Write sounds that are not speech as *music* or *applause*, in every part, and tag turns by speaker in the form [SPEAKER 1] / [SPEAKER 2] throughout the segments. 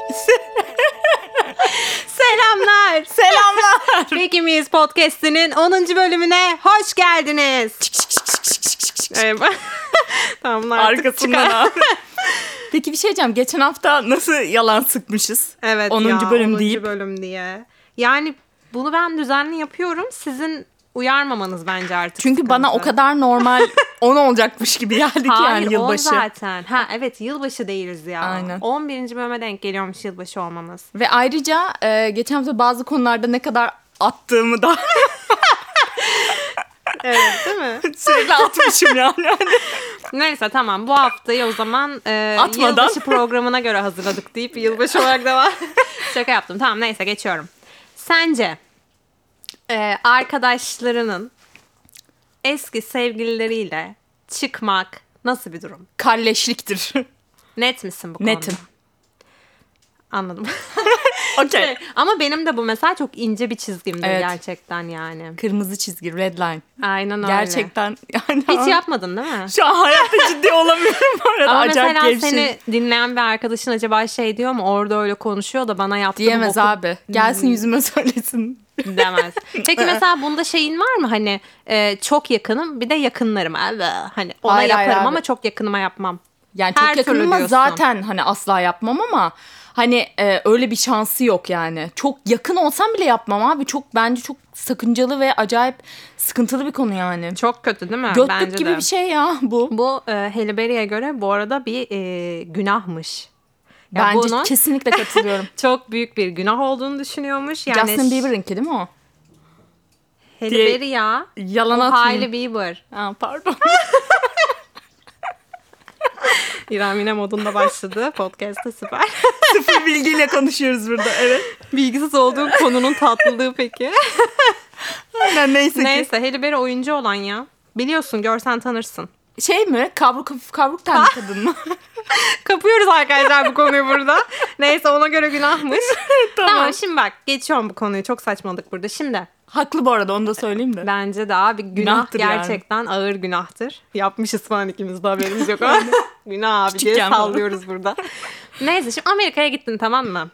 [SPEAKER 1] kendisi.
[SPEAKER 2] *laughs*
[SPEAKER 1] Selamlar. *laughs*
[SPEAKER 2] Selamlar.
[SPEAKER 1] Peki miyiz podcast'inin 10. bölümüne hoş geldiniz. Evet. *laughs* tamam lan artık
[SPEAKER 2] Arkasından
[SPEAKER 1] çıkar.
[SPEAKER 2] abi. *laughs* Peki bir şey diyeceğim. Geçen hafta nasıl yalan sıkmışız?
[SPEAKER 1] Evet
[SPEAKER 2] 10.
[SPEAKER 1] ya,
[SPEAKER 2] bölüm
[SPEAKER 1] 10.
[SPEAKER 2] deyip.
[SPEAKER 1] bölüm diye. Yani bunu ben düzenli yapıyorum. Sizin uyarmamanız bence artık.
[SPEAKER 2] Çünkü bana o
[SPEAKER 1] sıkıntı. *laughs*
[SPEAKER 2] kadar normal 10 olacakmış gibi geldi ki
[SPEAKER 1] Hayır,
[SPEAKER 2] yani
[SPEAKER 1] on
[SPEAKER 2] yılbaşı.
[SPEAKER 1] zaten. Ha evet yılbaşı değiliz ya.
[SPEAKER 2] Aynen.
[SPEAKER 1] 11. bölüme denk geliyormuş yılbaşı olmamız.
[SPEAKER 2] Ve ayrıca e, geçen hafta bazı konularda ne kadar attığımı da *laughs*
[SPEAKER 1] Evet değil mi?
[SPEAKER 2] sürekli atmışım yani. Hani
[SPEAKER 1] Neyse tamam bu haftayı o zaman e,
[SPEAKER 2] Atmadan.
[SPEAKER 1] yılbaşı programına göre hazırladık deyip yılbaşı olarak
[SPEAKER 2] *laughs*
[SPEAKER 1] devam. Şaka yaptım tamam neyse geçiyorum. Sence e, arkadaşlarının eski sevgilileriyle çıkmak nasıl bir durum? *laughs*
[SPEAKER 2] Kalleşliktir.
[SPEAKER 1] Net misin bu konuda?
[SPEAKER 2] Netim. *laughs*
[SPEAKER 1] Anladım. Şey.
[SPEAKER 2] Okey.
[SPEAKER 1] Ama benim de bu mesela çok ince bir çizgimdir
[SPEAKER 2] Şey. Evet.
[SPEAKER 1] gerçekten yani.
[SPEAKER 2] Kırmızı çizgi red line.
[SPEAKER 1] Aynen öyle.
[SPEAKER 2] Gerçekten yani
[SPEAKER 1] Hiç yapmadın değil mi?
[SPEAKER 2] şu an hayatta ciddi olamıyorum bu arada.
[SPEAKER 1] Ama
[SPEAKER 2] Acayip
[SPEAKER 1] mesela
[SPEAKER 2] gevşeyim.
[SPEAKER 1] seni dinleyen bir arkadaşın acaba şey diyor mu? Orada öyle konuşuyor da bana yaptı bu
[SPEAKER 2] Diyemez
[SPEAKER 1] boku *laughs*
[SPEAKER 2] abi. Gelsin
[SPEAKER 1] Hmm.
[SPEAKER 2] yüzüme söylesin.
[SPEAKER 1] demez. Peki mesela bunda şeyin var mı? Hani e, çok yakınım bir de yakınlarım. Abi, Hani ona
[SPEAKER 2] Hayır, hayır
[SPEAKER 1] yaparım
[SPEAKER 2] abi.
[SPEAKER 1] ama çok yakınıma yapmam.
[SPEAKER 2] Yani çok
[SPEAKER 1] Her türlü
[SPEAKER 2] yakınıma
[SPEAKER 1] diyorsun.
[SPEAKER 2] zaten hani asla yapmam ama hani e, öyle bir şansı yok yani. Çok yakın olsam bile yapmam abi. Çok bence çok sakıncalı ve acayip sıkıntılı bir konu yani.
[SPEAKER 1] Çok kötü değil mi? Bence
[SPEAKER 2] Götlük gibi
[SPEAKER 1] de.
[SPEAKER 2] bir şey ya bu.
[SPEAKER 1] Bu e, Halle Berry'e göre bu arada bir e, günahmış. Ya
[SPEAKER 2] Bence
[SPEAKER 1] bunun
[SPEAKER 2] kesinlikle *laughs* katılıyorum.
[SPEAKER 1] çok büyük bir günah olduğunu düşünüyormuş. Yani
[SPEAKER 2] Justin Bieber'ınki değil mi o?
[SPEAKER 1] Halle
[SPEAKER 2] diye-
[SPEAKER 1] Berry ya.
[SPEAKER 2] Yalan atmayayım.
[SPEAKER 1] Hailey Bieber.
[SPEAKER 2] Ha, pardon.
[SPEAKER 1] İrem yine modunda *laughs* başladı. Podcast'ta süper.
[SPEAKER 2] *laughs* Sıfır bilgiyle konuşuyoruz burada. Evet.
[SPEAKER 1] Bilgisiz olduğu konunun tatlılığı peki.
[SPEAKER 2] Aynen neyse, ki.
[SPEAKER 1] Neyse Halle Berry oyuncu olan ya. Biliyorsun görsen tanırsın. *laughs*
[SPEAKER 2] Şey mi? Kavruk kavruk tane kadın *laughs* mı?
[SPEAKER 1] Kapıyoruz arkadaşlar bu konuyu burada. Neyse ona göre
[SPEAKER 2] *laughs*
[SPEAKER 1] günahmış. tamam. şimdi bak geçiyorum bu konuyu. Çok saçmalık burada. Şimdi
[SPEAKER 2] Haklı bu arada onu da söyleyeyim de.
[SPEAKER 1] bence daha bir günah
[SPEAKER 2] Günahtır yani.
[SPEAKER 1] gerçekten ağır günahtır. Yapmışız falan ikimiz de haberimiz yok.
[SPEAKER 2] *laughs*
[SPEAKER 1] ama günah abi diye
[SPEAKER 2] Küçükken falan.
[SPEAKER 1] sallıyoruz burada. Neyse şimdi Amerika'ya gittin tamam mı?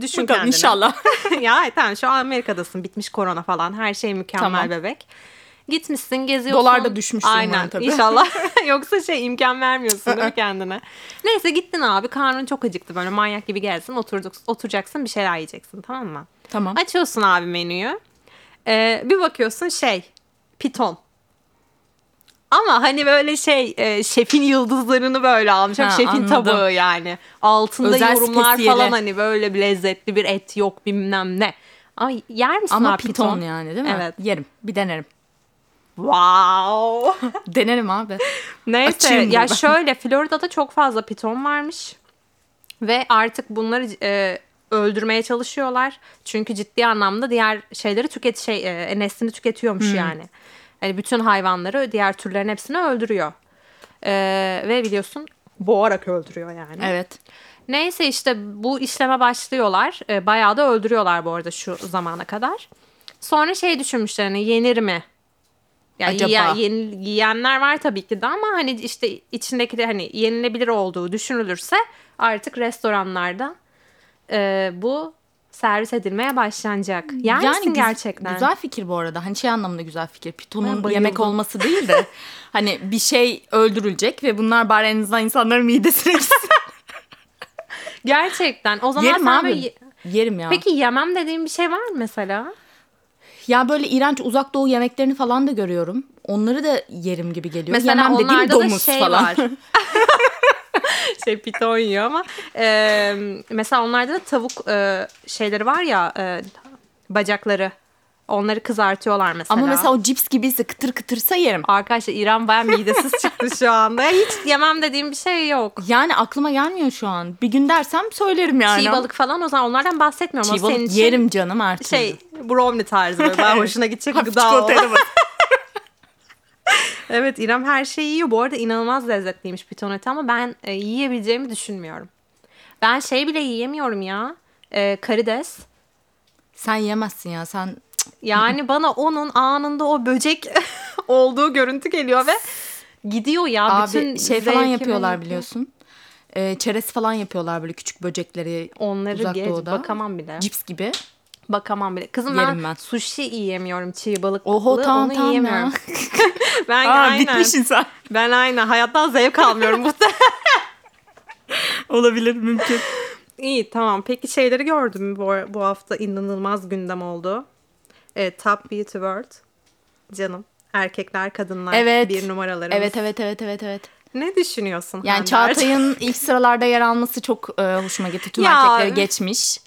[SPEAKER 1] Düşün
[SPEAKER 2] Bakalım
[SPEAKER 1] kendini.
[SPEAKER 2] inşallah.
[SPEAKER 1] *laughs* ya tamam şu an Amerika'dasın bitmiş korona falan her şey mükemmel
[SPEAKER 2] Tamam.
[SPEAKER 1] bebek. Gitmişsin geziyorsun.
[SPEAKER 2] Dolar da düşmüştür umarım
[SPEAKER 1] Aynen
[SPEAKER 2] tabii. *laughs*
[SPEAKER 1] inşallah. *laughs* Yoksa şey imkan vermiyorsun değil mi kendine? Neyse gittin abi karnın çok acıktı böyle manyak gibi gelsin oturduk, oturacaksın bir şeyler yiyeceksin tamam mı?
[SPEAKER 2] tamam.
[SPEAKER 1] Açıyorsun abi menüyü. Ee, bir bakıyorsun şey piton. Ama hani böyle şey e, şefin yıldızlarını böyle almış. Hani
[SPEAKER 2] Ha,
[SPEAKER 1] şefin
[SPEAKER 2] anladım.
[SPEAKER 1] tabağı yani. Altında
[SPEAKER 2] Özel
[SPEAKER 1] yorumlar
[SPEAKER 2] spesiyeli.
[SPEAKER 1] falan hani böyle bir lezzetli bir et yok bilmem ne. Ay yer misin
[SPEAKER 2] Ama
[SPEAKER 1] abi
[SPEAKER 2] piton, yani değil mi?
[SPEAKER 1] Evet.
[SPEAKER 2] Yerim. Bir denerim.
[SPEAKER 1] Wow. *laughs*
[SPEAKER 2] Denerim abi.
[SPEAKER 1] Neyse
[SPEAKER 2] Açayım
[SPEAKER 1] ya
[SPEAKER 2] buradan.
[SPEAKER 1] şöyle Florida'da çok fazla piton varmış. Ve artık bunları e, öldürmeye çalışıyorlar. Çünkü ciddi anlamda diğer şeyleri tüket şey e, neslini tüketiyormuş
[SPEAKER 2] Hmm.
[SPEAKER 1] yani. Yani bütün hayvanları, diğer türlerin hepsini öldürüyor. E, ve biliyorsun boğarak öldürüyor yani.
[SPEAKER 2] Evet.
[SPEAKER 1] Neyse işte bu işleme başlıyorlar. E, bayağı da öldürüyorlar bu arada şu zamana kadar. Sonra şey düşünmüşler hani yenir mi? Yani
[SPEAKER 2] Acaba?
[SPEAKER 1] yiyen- yeni- yiyenler var tabii ki de ama hani işte içindeki de hani yenilebilir olduğu düşünülürse artık restoranlarda e, bu servis edilmeye başlanacak. Yer misin
[SPEAKER 2] güz-
[SPEAKER 1] gerçekten?
[SPEAKER 2] Güzel fikir bu arada. Hani şey anlamında güzel fikir.
[SPEAKER 1] Ben
[SPEAKER 2] Pitonun
[SPEAKER 1] bayıldım. *laughs*
[SPEAKER 2] yemek olması değil de hani bir şey öldürülecek ve bunlar bari en azından insanların
[SPEAKER 1] *laughs*
[SPEAKER 2] midesine gitsin.
[SPEAKER 1] Gerçekten. O zaman
[SPEAKER 2] Yerim
[SPEAKER 1] sen
[SPEAKER 2] abi.
[SPEAKER 1] böyle ye-
[SPEAKER 2] Yerim ya.
[SPEAKER 1] Peki yemem dediğin bir şey var mı mesela?
[SPEAKER 2] Ya böyle iğrenç uzak doğu yemeklerini falan da görüyorum. Onları da yerim gibi geliyor.
[SPEAKER 1] Mesela
[SPEAKER 2] Yemem dediğim
[SPEAKER 1] onlarda da
[SPEAKER 2] domuz
[SPEAKER 1] şey
[SPEAKER 2] falan.
[SPEAKER 1] var. *laughs* şey piton yiyor ama e, mesela onlarda da tavuk e, şeyleri var ya e, bacakları onları kızartıyorlar mesela.
[SPEAKER 2] *laughs* Ama mesela o cips gibiyse kıtır kıtırsa yerim.
[SPEAKER 1] arkadaşlar İran baya midesiz çıktı şu anda. Hiç yemem dediğim bir şey yok.
[SPEAKER 2] Yani aklıma gelmiyor şu an. Bir gün dersem söylerim yani.
[SPEAKER 1] Çiğ balık falan o zaman onlardan bahsetmiyorum.
[SPEAKER 2] Çiğ
[SPEAKER 1] ama
[SPEAKER 2] balık
[SPEAKER 1] senin için
[SPEAKER 2] yerim canım artık.
[SPEAKER 1] şey brownie tarzı böyle bayağı hoşuna gidecek
[SPEAKER 2] Hafif
[SPEAKER 1] gıda o. *laughs*
[SPEAKER 2] çikolatayla bak.
[SPEAKER 1] Evet İrem her şeyi yiyor. Bu arada inanılmaz lezzetliymiş piton eti ama ben e, yiyebileceğimi düşünmüyorum. Ben şey bile yiyemiyorum ya. E, karides.
[SPEAKER 2] Sen yemezsin ya sen *laughs*
[SPEAKER 1] Yani bana onun anında o böcek *laughs* olduğu görüntü geliyor ve gidiyor ya.
[SPEAKER 2] Abi
[SPEAKER 1] bütün
[SPEAKER 2] şey falan
[SPEAKER 1] zevkimi- *laughs*
[SPEAKER 2] yapıyorlar biliyorsun. e, çerez falan yapıyorlar böyle küçük böcekleri.
[SPEAKER 1] Onları
[SPEAKER 2] Uzak
[SPEAKER 1] geç
[SPEAKER 2] Doğu'da.
[SPEAKER 1] bakamam bile.
[SPEAKER 2] Cips gibi.
[SPEAKER 1] Bakamam bile. Kızım ben,
[SPEAKER 2] Yerim ben.
[SPEAKER 1] sushi yiyemiyorum çiğ balık.
[SPEAKER 2] Oho tamam
[SPEAKER 1] onu
[SPEAKER 2] tamam
[SPEAKER 1] yiyemiyorum. *laughs*
[SPEAKER 2] ya.
[SPEAKER 1] Ben
[SPEAKER 2] Aa,
[SPEAKER 1] aynen.
[SPEAKER 2] bitmiş insan.
[SPEAKER 1] Ben aynen. Hayattan zevk
[SPEAKER 2] *laughs*
[SPEAKER 1] almıyorum. Bu
[SPEAKER 2] Olabilir mümkün.
[SPEAKER 1] İyi tamam. Peki şeyleri gördün mü bu, bu hafta inanılmaz gündem oldu. Evet, Top Beauty World. Canım. Erkekler, kadınlar
[SPEAKER 2] Evet.
[SPEAKER 1] bir numaralarımız.
[SPEAKER 2] evet evet evet evet evet.
[SPEAKER 1] Ne düşünüyorsun?
[SPEAKER 2] Yani
[SPEAKER 1] Hande Erçel?
[SPEAKER 2] Çağatay'ın ilk sıralarda yer alması çok e, hoşuma gitti. Tüm
[SPEAKER 1] Ya,
[SPEAKER 2] erkekleri
[SPEAKER 1] evet.
[SPEAKER 2] geçmiş.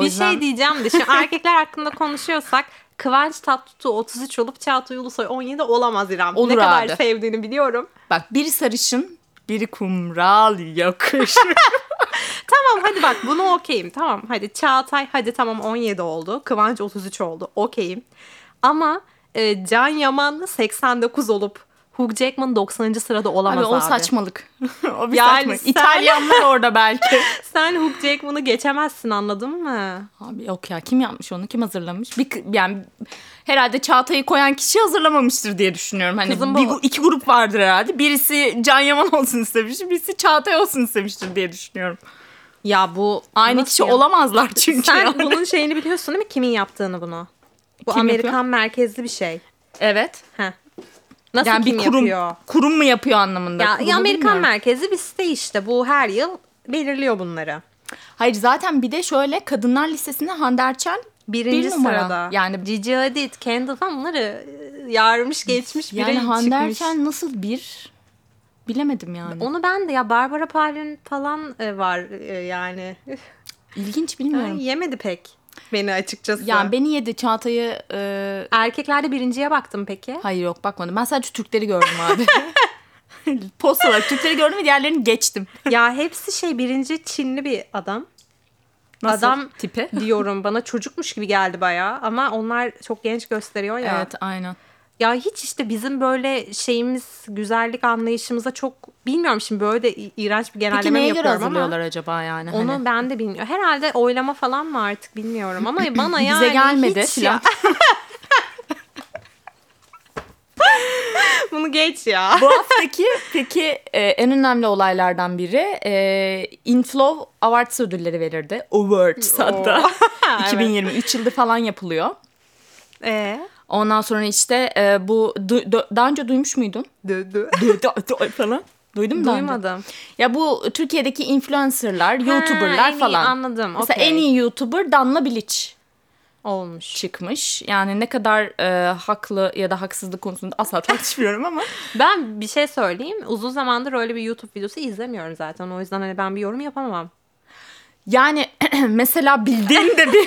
[SPEAKER 1] *laughs* bir
[SPEAKER 2] yüzden
[SPEAKER 1] şey diyeceğim de şimdi erkekler hakkında konuşuyorsak Kıvanç Tatlıtuğ 33 olup Çağatay Ulusoy 17 olamaz İrem.
[SPEAKER 2] Olur
[SPEAKER 1] ne kadar
[SPEAKER 2] abi.
[SPEAKER 1] sevdiğini biliyorum.
[SPEAKER 2] bak biri sarışın, biri kumral yakış.
[SPEAKER 1] Tamam hadi bak bunu okeyim. Tamam hadi Çağatay hadi tamam 17 oldu. Kıvanç 33 oldu. Okeyim. Ama e, Can Yaman 89 olup Hugh Jackman 90. sırada
[SPEAKER 2] abi
[SPEAKER 1] olamaz abi.
[SPEAKER 2] o saçmalık. *laughs* o bir
[SPEAKER 1] Yani
[SPEAKER 2] saçmalık.
[SPEAKER 1] sen-
[SPEAKER 2] İtalyanlar orada belki.
[SPEAKER 1] Sen Hugh Jackman'ı geçemezsin anladın
[SPEAKER 2] *laughs*
[SPEAKER 1] mı?
[SPEAKER 2] Abi yok ya kim yapmış onu kim hazırlamış? Bir, kı- yani herhalde Çağatay'ı koyan kişi hazırlamamıştır diye düşünüyorum. Hani
[SPEAKER 1] Kızım bu-
[SPEAKER 2] bir, gu- iki grup vardır herhalde. Birisi Can Yaman olsun istemiş, birisi Çağatay olsun istemiştir diye düşünüyorum.
[SPEAKER 1] Ya bu
[SPEAKER 2] Aynı
[SPEAKER 1] nasıl
[SPEAKER 2] kişi
[SPEAKER 1] ya? *laughs*
[SPEAKER 2] olamazlar çünkü.
[SPEAKER 1] Sen
[SPEAKER 2] yani.
[SPEAKER 1] bunun şeyini biliyorsun değil mi? Kimin yaptığını bunu? Bu
[SPEAKER 2] Kim
[SPEAKER 1] Amerikan
[SPEAKER 2] yapıyor?
[SPEAKER 1] merkezli bir şey.
[SPEAKER 2] Evet.
[SPEAKER 1] Heh. Nasıl
[SPEAKER 2] Yani
[SPEAKER 1] kim
[SPEAKER 2] bir kurum
[SPEAKER 1] yapıyor?
[SPEAKER 2] kurum mu yapıyor anlamında.
[SPEAKER 1] Ya,
[SPEAKER 2] Kurumu
[SPEAKER 1] ya Amerikan
[SPEAKER 2] bilmiyorum.
[SPEAKER 1] merkezli bir site işte. Bu her yıl belirliyor bunları.
[SPEAKER 2] Hayır zaten bir de şöyle kadınlar listesinde Hande Erçel
[SPEAKER 1] Birinci
[SPEAKER 2] bir numara.
[SPEAKER 1] sırada.
[SPEAKER 2] Yani
[SPEAKER 1] Cici Hadid, Kendall falan bunları e, yarmış geçmiş biri
[SPEAKER 2] yani Hande
[SPEAKER 1] çıkmış.
[SPEAKER 2] Erçel nasıl bir bilemedim yani.
[SPEAKER 1] Onu ben de ya Barbara Palin falan e, var e, yani. Üf,
[SPEAKER 2] İlginç bilmiyorum.
[SPEAKER 1] Yemedi pek beni açıkçası.
[SPEAKER 2] Yani beni yedi Çağatay'ı e,
[SPEAKER 1] Erkeklerde birinciye baktım peki.
[SPEAKER 2] Hayır yok bakmadım. Ben sadece Türkleri gördüm *laughs* abi. Post olarak Türkleri gördüm ve diğerlerini geçtim.
[SPEAKER 1] ya hepsi şey birinci Çinli bir adam.
[SPEAKER 2] Nasıl?
[SPEAKER 1] Adam-
[SPEAKER 2] tipi.
[SPEAKER 1] diyorum bana çocukmuş gibi geldi bayağı ama onlar çok genç gösteriyor ya.
[SPEAKER 2] Evet aynen.
[SPEAKER 1] Ya hiç işte bizim böyle şeyimiz güzellik anlayışımıza çok bilmiyorum şimdi böyle de i- iğrenç bir
[SPEAKER 2] Peki
[SPEAKER 1] genelleme
[SPEAKER 2] neye göre
[SPEAKER 1] yapıyorum ama
[SPEAKER 2] hazırlıyorlar acaba yani?
[SPEAKER 1] onu
[SPEAKER 2] hani?
[SPEAKER 1] ben de bilmiyorum. Herhalde oylama falan mı artık bilmiyorum
[SPEAKER 2] *clears throat*
[SPEAKER 1] ama bana yani
[SPEAKER 2] Hani bize gelmedi
[SPEAKER 1] hiç
[SPEAKER 2] filan.
[SPEAKER 1] ya. *laughs* Bunu geç
[SPEAKER 2] *laughs*
[SPEAKER 1] ya.
[SPEAKER 2] *laughs* Bu haftaki peki e, en önemli olaylardan biri e, Inflow Awards ödülleri verirdi. Awards hatta. *laughs* 2023 yıldır falan yapılıyor.
[SPEAKER 1] Ee,
[SPEAKER 2] Ondan sonra işte e, bu du- du- daha önce duymuş muydun?
[SPEAKER 1] dö, dö.
[SPEAKER 2] Du- du- du- *laughs* falan. Duydun mu daha önce?
[SPEAKER 1] Duymadım.
[SPEAKER 2] Ya bu Türkiye'deki influencerlar, youtuberlar
[SPEAKER 1] en iyi,
[SPEAKER 2] falan.
[SPEAKER 1] anladım.
[SPEAKER 2] Mesela
[SPEAKER 1] Okey.
[SPEAKER 2] en iyi youtuber Danla Bilic
[SPEAKER 1] olmuş.
[SPEAKER 2] çıkmış. Yani ne kadar e, haklı ya da haksızlık konusunda asla
[SPEAKER 1] *laughs*
[SPEAKER 2] tartışmıyorum ama.
[SPEAKER 1] Ben bir şey söyleyeyim. Uzun zamandır öyle bir YouTube videosu izlemiyorum zaten. O yüzden hani ben bir yorum yapamam. *laughs*
[SPEAKER 2] Yani *clears throat* mesela bildiğim
[SPEAKER 1] *laughs*
[SPEAKER 2] de bir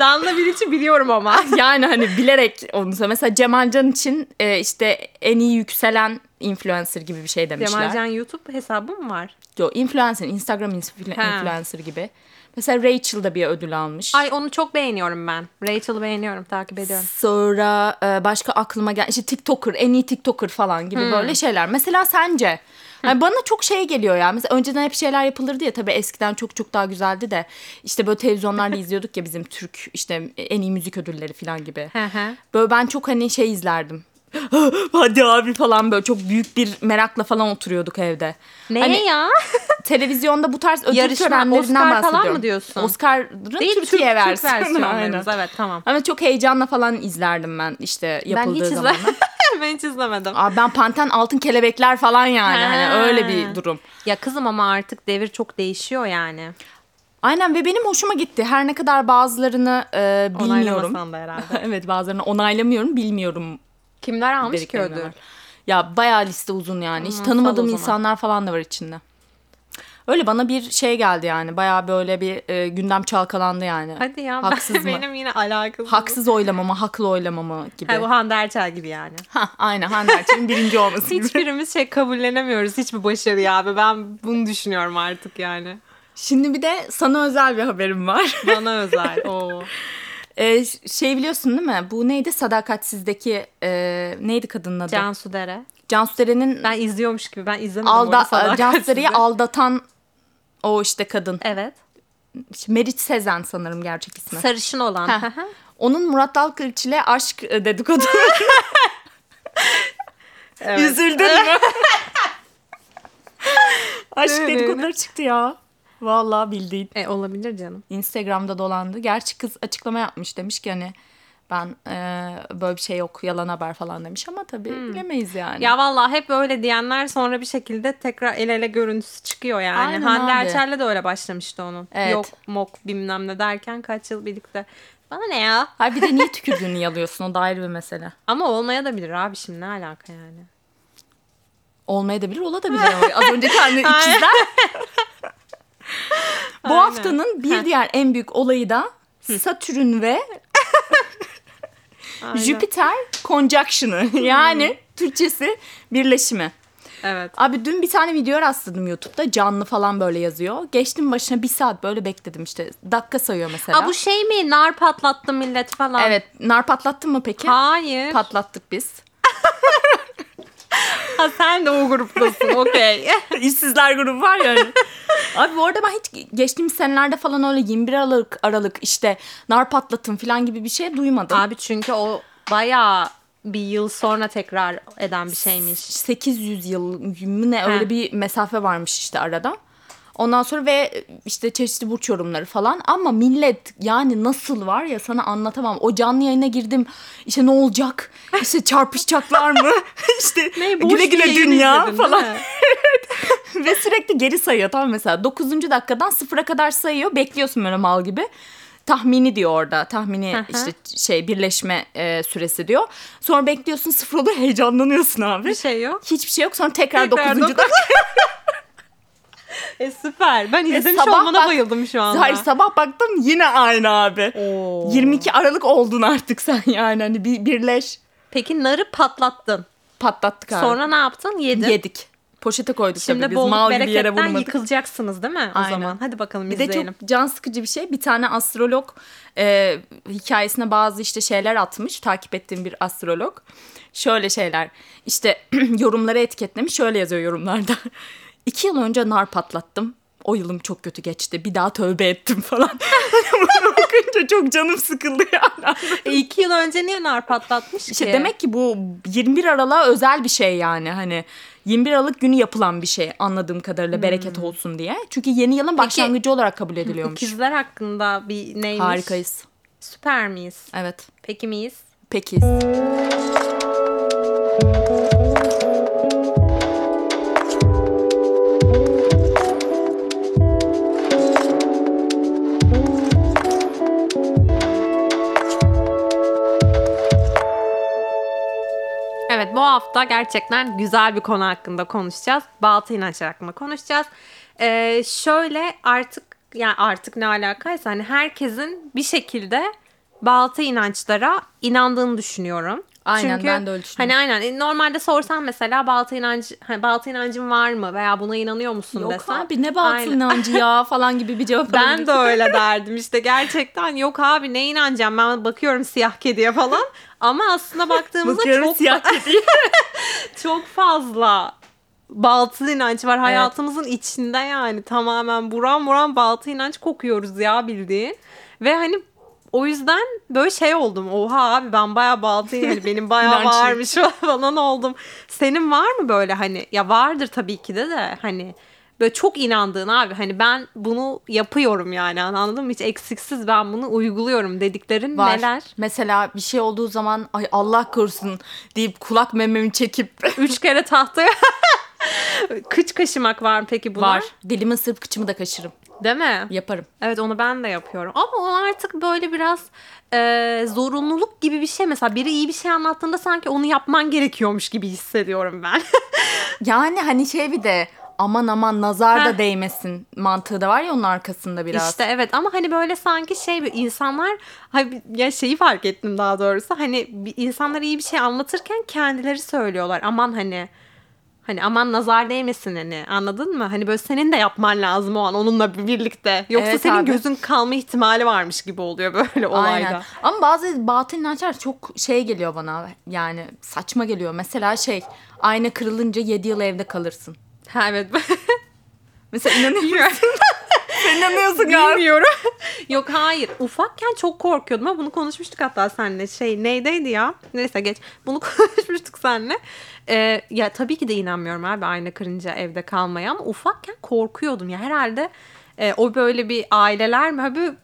[SPEAKER 1] Danla Bilic'i biliyorum
[SPEAKER 2] *laughs*
[SPEAKER 1] ama.
[SPEAKER 2] yani hani bilerek onu söyle. Mesela Cemal Can için e, işte en iyi yükselen influencer gibi bir şey demişler. Cemal
[SPEAKER 1] Cemalcan YouTube hesabı mı var?
[SPEAKER 2] influencer, Instagram influ-
[SPEAKER 1] Ha.
[SPEAKER 2] influencer gibi. Mesela Rachel da bir ödül almış.
[SPEAKER 1] Ay onu çok beğeniyorum ben. Rachel'ı beğeniyorum, takip ediyorum.
[SPEAKER 2] Sonra e, başka aklıma gel işte TikToker, en iyi TikToker falan gibi
[SPEAKER 1] Hmm.
[SPEAKER 2] böyle şeyler. Mesela sence? Yani bana çok şey geliyor ya. Mesela önceden hep şeyler yapılırdı ya tabii eskiden çok çok daha güzeldi de işte
[SPEAKER 1] *laughs*
[SPEAKER 2] böyle televizyonlarda izliyorduk ya bizim Türk işte en iyi müzik ödülleri falan gibi.
[SPEAKER 1] Hı hı.
[SPEAKER 2] Böyle ben çok hani şey izlerdim. *gasps* Hadi abi falan böyle çok büyük bir merakla falan oturuyorduk evde.
[SPEAKER 1] ne
[SPEAKER 2] Hani
[SPEAKER 1] ya?
[SPEAKER 2] televizyonda bu tarz ödül
[SPEAKER 1] Yarışma,
[SPEAKER 2] törenlerinden
[SPEAKER 1] Oscar falan mı
[SPEAKER 2] bahsediyorum.
[SPEAKER 1] diyorsun?
[SPEAKER 2] Oscar'ın
[SPEAKER 1] Değil Türk,
[SPEAKER 2] *laughs* Türkiye
[SPEAKER 1] Türk
[SPEAKER 2] versiyonu. Aynen.
[SPEAKER 1] versiyonlarımız. Evet tamam.
[SPEAKER 2] Ama çok heyecanla falan izlerdim ben
[SPEAKER 1] Ben
[SPEAKER 2] işte
[SPEAKER 1] hiç,
[SPEAKER 2] yapıldığı zaman.
[SPEAKER 1] izle... *laughs* ben hiç izlemedim.
[SPEAKER 2] Abi ben Panten Altın Kelebekler falan yani
[SPEAKER 1] Ha.
[SPEAKER 2] hani öyle bir durum.
[SPEAKER 1] Ya kızım ama artık devir çok değişiyor yani.
[SPEAKER 2] Aynen ve benim hoşuma gitti. Her ne kadar bazılarını e, bilmiyorum.
[SPEAKER 1] Onaylamasan da herhalde.
[SPEAKER 2] *laughs* evet bazılarını onaylamıyorum bilmiyorum.
[SPEAKER 1] Kimler almış ki
[SPEAKER 2] dediklerini
[SPEAKER 1] ödül?
[SPEAKER 2] var. Ya bayağı liste uzun yani. Hiç
[SPEAKER 1] Aman, sal o
[SPEAKER 2] tanımadığım
[SPEAKER 1] zaman.
[SPEAKER 2] insanlar falan da var içinde. Öyle bana bir şey geldi yani. Bayağı böyle bir e, gündem çalkalandı yani.
[SPEAKER 1] Hadi ya *laughs*
[SPEAKER 2] Haksız mı?
[SPEAKER 1] benim yine alakası.
[SPEAKER 2] Haksız oylamama, haklı oylamama gibi.
[SPEAKER 1] Ha, bu Hande Erçel gibi yani.
[SPEAKER 2] Hah, aynen Hande Erçel'in birinci olması
[SPEAKER 1] *laughs*
[SPEAKER 2] gibi.
[SPEAKER 1] Hiçbirimiz şey kabullenemiyoruz hiçbir başarıyı abi. Ben bunu düşünüyorum artık yani.
[SPEAKER 2] Şimdi bir de sana özel bir haberim var.
[SPEAKER 1] *laughs* Bana özel. Oo.
[SPEAKER 2] Ee, ş- şey biliyorsun değil mi? Bu neydi? Sadakatsiz'deki e, neydi kadının adı? Can,
[SPEAKER 1] Cansu Dere.
[SPEAKER 2] Cansu Deren'in
[SPEAKER 1] Ben izliyormuş gibi. Ben izlemedim. orada
[SPEAKER 2] alda, e,
[SPEAKER 1] sadakatsizlik.
[SPEAKER 2] Cansu Deren'i aldatan o işte kadın.
[SPEAKER 1] *laughs* Evet.
[SPEAKER 2] Meriç Sezen sanırım gerçek ismi.
[SPEAKER 1] Sarışın olan.
[SPEAKER 2] Heh. Onun Murat Dalkılıç ile aşk e, dedikodu.
[SPEAKER 1] *laughs* evet.
[SPEAKER 2] *laughs* Üzüldün mü? aşk dedikoduları çıktı ya. Vallahi bildiğin.
[SPEAKER 1] *laughs* E, olabilir canım.
[SPEAKER 2] Instagram'da dolandı. Gerçi kız açıklama yapmış demiş ki hani ben e, böyle bir şey yok yalan haber falan demiş ama tabii
[SPEAKER 1] Hmm.
[SPEAKER 2] bilemeyiz yani.
[SPEAKER 1] Ya vallahi hep öyle diyenler sonra bir şekilde tekrar el ele görüntüsü çıkıyor yani.
[SPEAKER 2] Aynen
[SPEAKER 1] Hande
[SPEAKER 2] abi.
[SPEAKER 1] Erçel'le de öyle başlamıştı onun.
[SPEAKER 2] Evet.
[SPEAKER 1] Yok mok bilmem ne derken kaç yıl birlikte. Bana ne ya?
[SPEAKER 2] Hayır bir de niye tükürdüğünü yalıyorsun o da ayrı bir mesele.
[SPEAKER 1] Ama olmaya da bilir abi şimdi ne alaka yani.
[SPEAKER 2] Olmaya da bilir olabilir ama az önceki
[SPEAKER 1] *laughs*
[SPEAKER 2] anne ikizler. Bu
[SPEAKER 1] Aynen.
[SPEAKER 2] haftanın bir diğer en büyük olayı da Satürn ve
[SPEAKER 1] *laughs* Aynen.
[SPEAKER 2] Jüpiter conjunction'ı yani Türkçesi birleşimi.
[SPEAKER 1] Evet.
[SPEAKER 2] Abi dün bir tane video rastladım YouTube'da canlı falan böyle yazıyor. Geçtim başına bir saat böyle bekledim işte dakika sayıyor mesela.
[SPEAKER 1] Aa, bu şey mi? Nar patlattı millet falan.
[SPEAKER 2] Evet nar patlattın mı peki?
[SPEAKER 1] Hayır.
[SPEAKER 2] Patlattık biz.
[SPEAKER 1] Ha, sen de o gruptasın. Okey.
[SPEAKER 2] *laughs* İşsizler grubu var ya. hani. Abi bu arada ben hiç geçtiğimiz senelerde falan öyle 21 Aralık, Aralık işte nar patlatın falan gibi bir şey duymadım.
[SPEAKER 1] *laughs* Abi çünkü o bayağı bir yıl sonra tekrar eden bir şeymiş.
[SPEAKER 2] 800 yıl mı ne
[SPEAKER 1] He.
[SPEAKER 2] öyle bir mesafe varmış işte arada. Ondan sonra ve işte çeşitli burç yorumları falan ama millet yani nasıl var ya sana anlatamam. O canlı yayına girdim işte ne olacak
[SPEAKER 1] *laughs*
[SPEAKER 2] işte çarpışacaklar mı *laughs* işte E, güle güle dünya falan ve sürekli geri sayıyor tamam mesela 9. dakikadan sıfıra kadar sayıyor bekliyorsun böyle mal gibi. Tahmini diyor orada. Tahmini
[SPEAKER 1] hı.
[SPEAKER 2] işte şey birleşme e, süresi diyor. Sonra bekliyorsun sıfır oluyor heyecanlanıyorsun abi.
[SPEAKER 1] Bir şey yok.
[SPEAKER 2] Hiçbir şey yok. Sonra tekrar
[SPEAKER 1] Tekrar
[SPEAKER 2] 9.
[SPEAKER 1] dokuz- E süper. Ben izlemiş
[SPEAKER 2] sabah
[SPEAKER 1] olmana
[SPEAKER 2] bak-
[SPEAKER 1] bayıldım şu anda.
[SPEAKER 2] Hayır sabah baktım yine aynı abi.
[SPEAKER 1] Oo.
[SPEAKER 2] 22 Aralık oldun artık sen yani hani bir birleş
[SPEAKER 1] Peki narı patlattın.
[SPEAKER 2] patlattık abi.
[SPEAKER 1] Sonra ne yaptın? Yedin.
[SPEAKER 2] yedik. Poşete koyduk
[SPEAKER 1] Şimdi
[SPEAKER 2] tabii biz.
[SPEAKER 1] bolluk
[SPEAKER 2] Mal gibi yere
[SPEAKER 1] bereketten
[SPEAKER 2] vurmadık.
[SPEAKER 1] yıkılacaksınız değil mi o
[SPEAKER 2] Aynen.
[SPEAKER 1] zaman? Hadi bakalım
[SPEAKER 2] Bir de
[SPEAKER 1] izleyelim. *laughs*
[SPEAKER 2] çok can sıkıcı bir şey. Bir tane astrolog e, hikayesine bazı işte şeyler atmış. Takip ettiğim bir astrolog. Şöyle şeyler. işte *clears throat* yorumları etiketlemiş. Şöyle yazıyor yorumlarda. *laughs* İki yıl önce nar patlattım. O yılım çok kötü geçti. Bir daha tövbe ettim falan. *laughs* Bunu okuyunca çok canım sıkıldı yani.
[SPEAKER 1] E, iki yıl önce niye nar patlatmış
[SPEAKER 2] İşte
[SPEAKER 1] ki?
[SPEAKER 2] demek ki bu 21 Aralık'a özel bir şey yani hani 21 Aralık günü yapılan bir şey anladığım kadarıyla bereket olsun diye. Çünkü yeni yılın başlangıcı olarak kabul ediliyormuş.
[SPEAKER 1] İkizler hakkında bir neymiş?
[SPEAKER 2] Harikayız.
[SPEAKER 1] Süper miyiz?
[SPEAKER 2] Evet.
[SPEAKER 1] Peki miyiz?
[SPEAKER 2] Peki.
[SPEAKER 1] Evet bu hafta gerçekten güzel bir konu hakkında konuşacağız. Balta inanç hakkında konuşacağız. Ee, şöyle artık yani artık ne alakaysa hani herkesin bir şekilde balta inançlara inandığını düşünüyorum.
[SPEAKER 2] Aynen,
[SPEAKER 1] Çünkü,
[SPEAKER 2] ben de öyle düşünüyorum.
[SPEAKER 1] Hani aynen e, normalde sorsan mesela balta inancı hani balta inancın var mı veya buna inanıyor musun
[SPEAKER 2] Yok
[SPEAKER 1] desen.
[SPEAKER 2] abi ne batıl
[SPEAKER 1] Aynen. *laughs*
[SPEAKER 2] inancı ya falan gibi bir cevap
[SPEAKER 1] Ben
[SPEAKER 2] alabilirim.
[SPEAKER 1] de öyle derdim işte gerçekten yok abi ne inanacağım ben bakıyorum siyah kediye falan ama aslında baktığımızda
[SPEAKER 2] Bakıyorum
[SPEAKER 1] çok
[SPEAKER 2] siyah kediye.
[SPEAKER 1] *laughs* çok fazla baltılı inanç var hayatımızın içinde yani tamamen buram buram baltı inanç kokuyoruz ya bildiğin ve hani o yüzden böyle şey oldum oha abi ben baya baltı yani benim baya
[SPEAKER 2] İnançlıyım.
[SPEAKER 1] varmış falan oldum senin var mı böyle hani ya vardır tabii ki de de hani böyle çok inandığın abi hani ben bunu yapıyorum yani anladın mı hiç eksiksiz ben bunu uyguluyorum dediklerin
[SPEAKER 2] Var.
[SPEAKER 1] neler?
[SPEAKER 2] Mesela bir şey olduğu zaman ay Allah korusun deyip kulak mememi çekip *laughs*
[SPEAKER 1] Üç kere tahtaya *laughs* kıç kaşımak var mı peki buna?
[SPEAKER 2] var. Dilimi sırf kıçımı da kaşırım.
[SPEAKER 1] Değil mi?
[SPEAKER 2] Yaparım.
[SPEAKER 1] Evet onu ben de yapıyorum. Ama o artık böyle biraz e, zorunluluk gibi bir şey. Mesela biri iyi bir şey anlattığında sanki onu yapman gerekiyormuş gibi hissediyorum ben.
[SPEAKER 2] Yani hani şey bir de aman aman nazar
[SPEAKER 1] Heh.
[SPEAKER 2] da değmesin mantığı da var ya onun arkasında biraz.
[SPEAKER 1] İşte evet ama hani böyle sanki şey bir insanlar hani bir- ya şeyi fark ettim daha doğrusu hani bir- insanlar iyi bir şey anlatırken kendileri söylüyorlar aman hani hani aman nazar değmesin hani anladın mı? Hani böyle senin de yapman lazım o an onunla bir- birlikte. Yoksa
[SPEAKER 2] Evet
[SPEAKER 1] senin
[SPEAKER 2] abi.
[SPEAKER 1] gözün kalma ihtimali varmış gibi oluyor böyle olayda.
[SPEAKER 2] Aynen. Ama bazı batıl inançlar çok şey geliyor bana yani saçma geliyor. Mesela şey
[SPEAKER 1] *laughs*
[SPEAKER 2] ayna *laughs* kırılınca 7 yıl evde kalırsın.
[SPEAKER 1] Ha, evet.
[SPEAKER 2] Mesela inanıyor musun? Senin *laughs* inanıyorsun galiba.
[SPEAKER 1] Bilmiyorum. *laughs* Yok hayır. Ufakken çok korkuyordum ama bunu konuşmuştuk hatta seninle. Şey neydeydi ya? Neyse geç. Bunu *laughs* konuşmuştuk seninle. Ee, ya tabii ki de inanmıyorum abi aynı kırınca evde kalmaya ama ufakken korkuyordum. Ya herhalde e, o böyle bir aileler mi? Böyle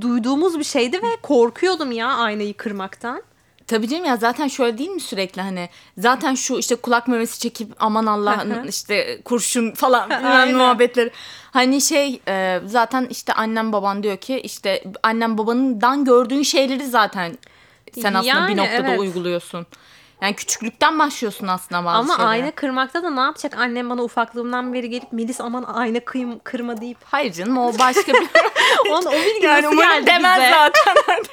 [SPEAKER 1] duyduğumuz bir şeydi ve korkuyordum ya aynayı kırmaktan.
[SPEAKER 2] Tabii canım ya zaten şöyle değil mi sürekli hani zaten şu işte kulak memesi çekip aman
[SPEAKER 1] Hı
[SPEAKER 2] Allah'ın
[SPEAKER 1] hı.
[SPEAKER 2] işte kurşun
[SPEAKER 1] *laughs*
[SPEAKER 2] falan bilmem
[SPEAKER 1] Aynen.
[SPEAKER 2] muhabbetleri. Hani şey e, zaten işte annem baban diyor ki işte annem babanından gördüğün şeyleri zaten sen aslında bir
[SPEAKER 1] Yani
[SPEAKER 2] noktada
[SPEAKER 1] evet.
[SPEAKER 2] uyguluyorsun. Yani küçüklükten başlıyorsun aslında bazı
[SPEAKER 1] Ama
[SPEAKER 2] şeylere.
[SPEAKER 1] ayna kırmakta da ne yapacak? Annem bana ufaklığımdan beri gelip Melis aman ayna kıyım, kırma deyip. *laughs*
[SPEAKER 2] Hayır canım o başka *laughs* bir
[SPEAKER 1] Onun, o bilgi
[SPEAKER 2] yani
[SPEAKER 1] şey. nasıl
[SPEAKER 2] umarım
[SPEAKER 1] geldi
[SPEAKER 2] demez
[SPEAKER 1] bize?
[SPEAKER 2] zaten.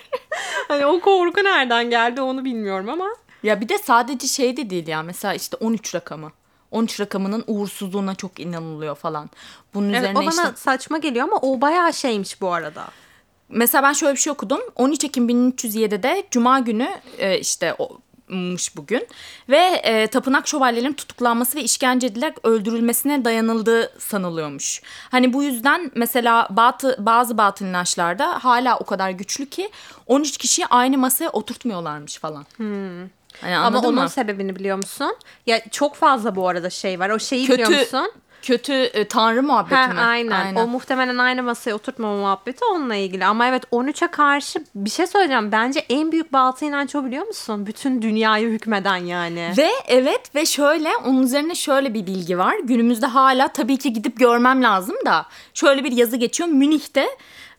[SPEAKER 1] Hani o korku nereden geldi onu bilmiyorum ama.
[SPEAKER 2] Ya bir de sadece şey de değil ya mesela işte 13 rakamı. 13 rakamının uğursuzluğuna çok inanılıyor falan. Bunun
[SPEAKER 1] Evet,
[SPEAKER 2] üzerine
[SPEAKER 1] o bana
[SPEAKER 2] işte
[SPEAKER 1] saçma geliyor ama o bayağı şeymiş bu arada.
[SPEAKER 2] mesela ben şöyle bir şey okudum. 13 Ekim 1307'de Cuma günü e, işte o mış bugün ve e, tapınak şövalyelerinin tutuklanması ve işkence edilerek öldürülmesine dayanıldığı sanılıyormuş. Hani bu yüzden mesela batı, bazı batıl inançlarda hala o kadar güçlü ki 13 kişiyi aynı masaya oturtmuyorlarmış falan. Hani
[SPEAKER 1] Hmm. Ama
[SPEAKER 2] anladın
[SPEAKER 1] onun
[SPEAKER 2] mı?
[SPEAKER 1] sebebini biliyor musun? Ya çok fazla bu arada şey var. O şeyi
[SPEAKER 2] Kötü
[SPEAKER 1] biliyor musun?
[SPEAKER 2] kötü e, tanrı muhabbeti
[SPEAKER 1] Ha,
[SPEAKER 2] mi?
[SPEAKER 1] aynen. O muhtemelen aynı masaya oturtmama muhabbeti onunla ilgili. Ama evet 13'e karşı bir şey söyleyeceğim. Bence en büyük balta inanç o biliyor musun? Bütün dünyayı hükmeden yani.
[SPEAKER 2] Ve evet ve şöyle onun üzerine şöyle bir bilgi var. Günümüzde hala tabii ki gidip görmem lazım da şöyle bir yazı geçiyor. Münih'te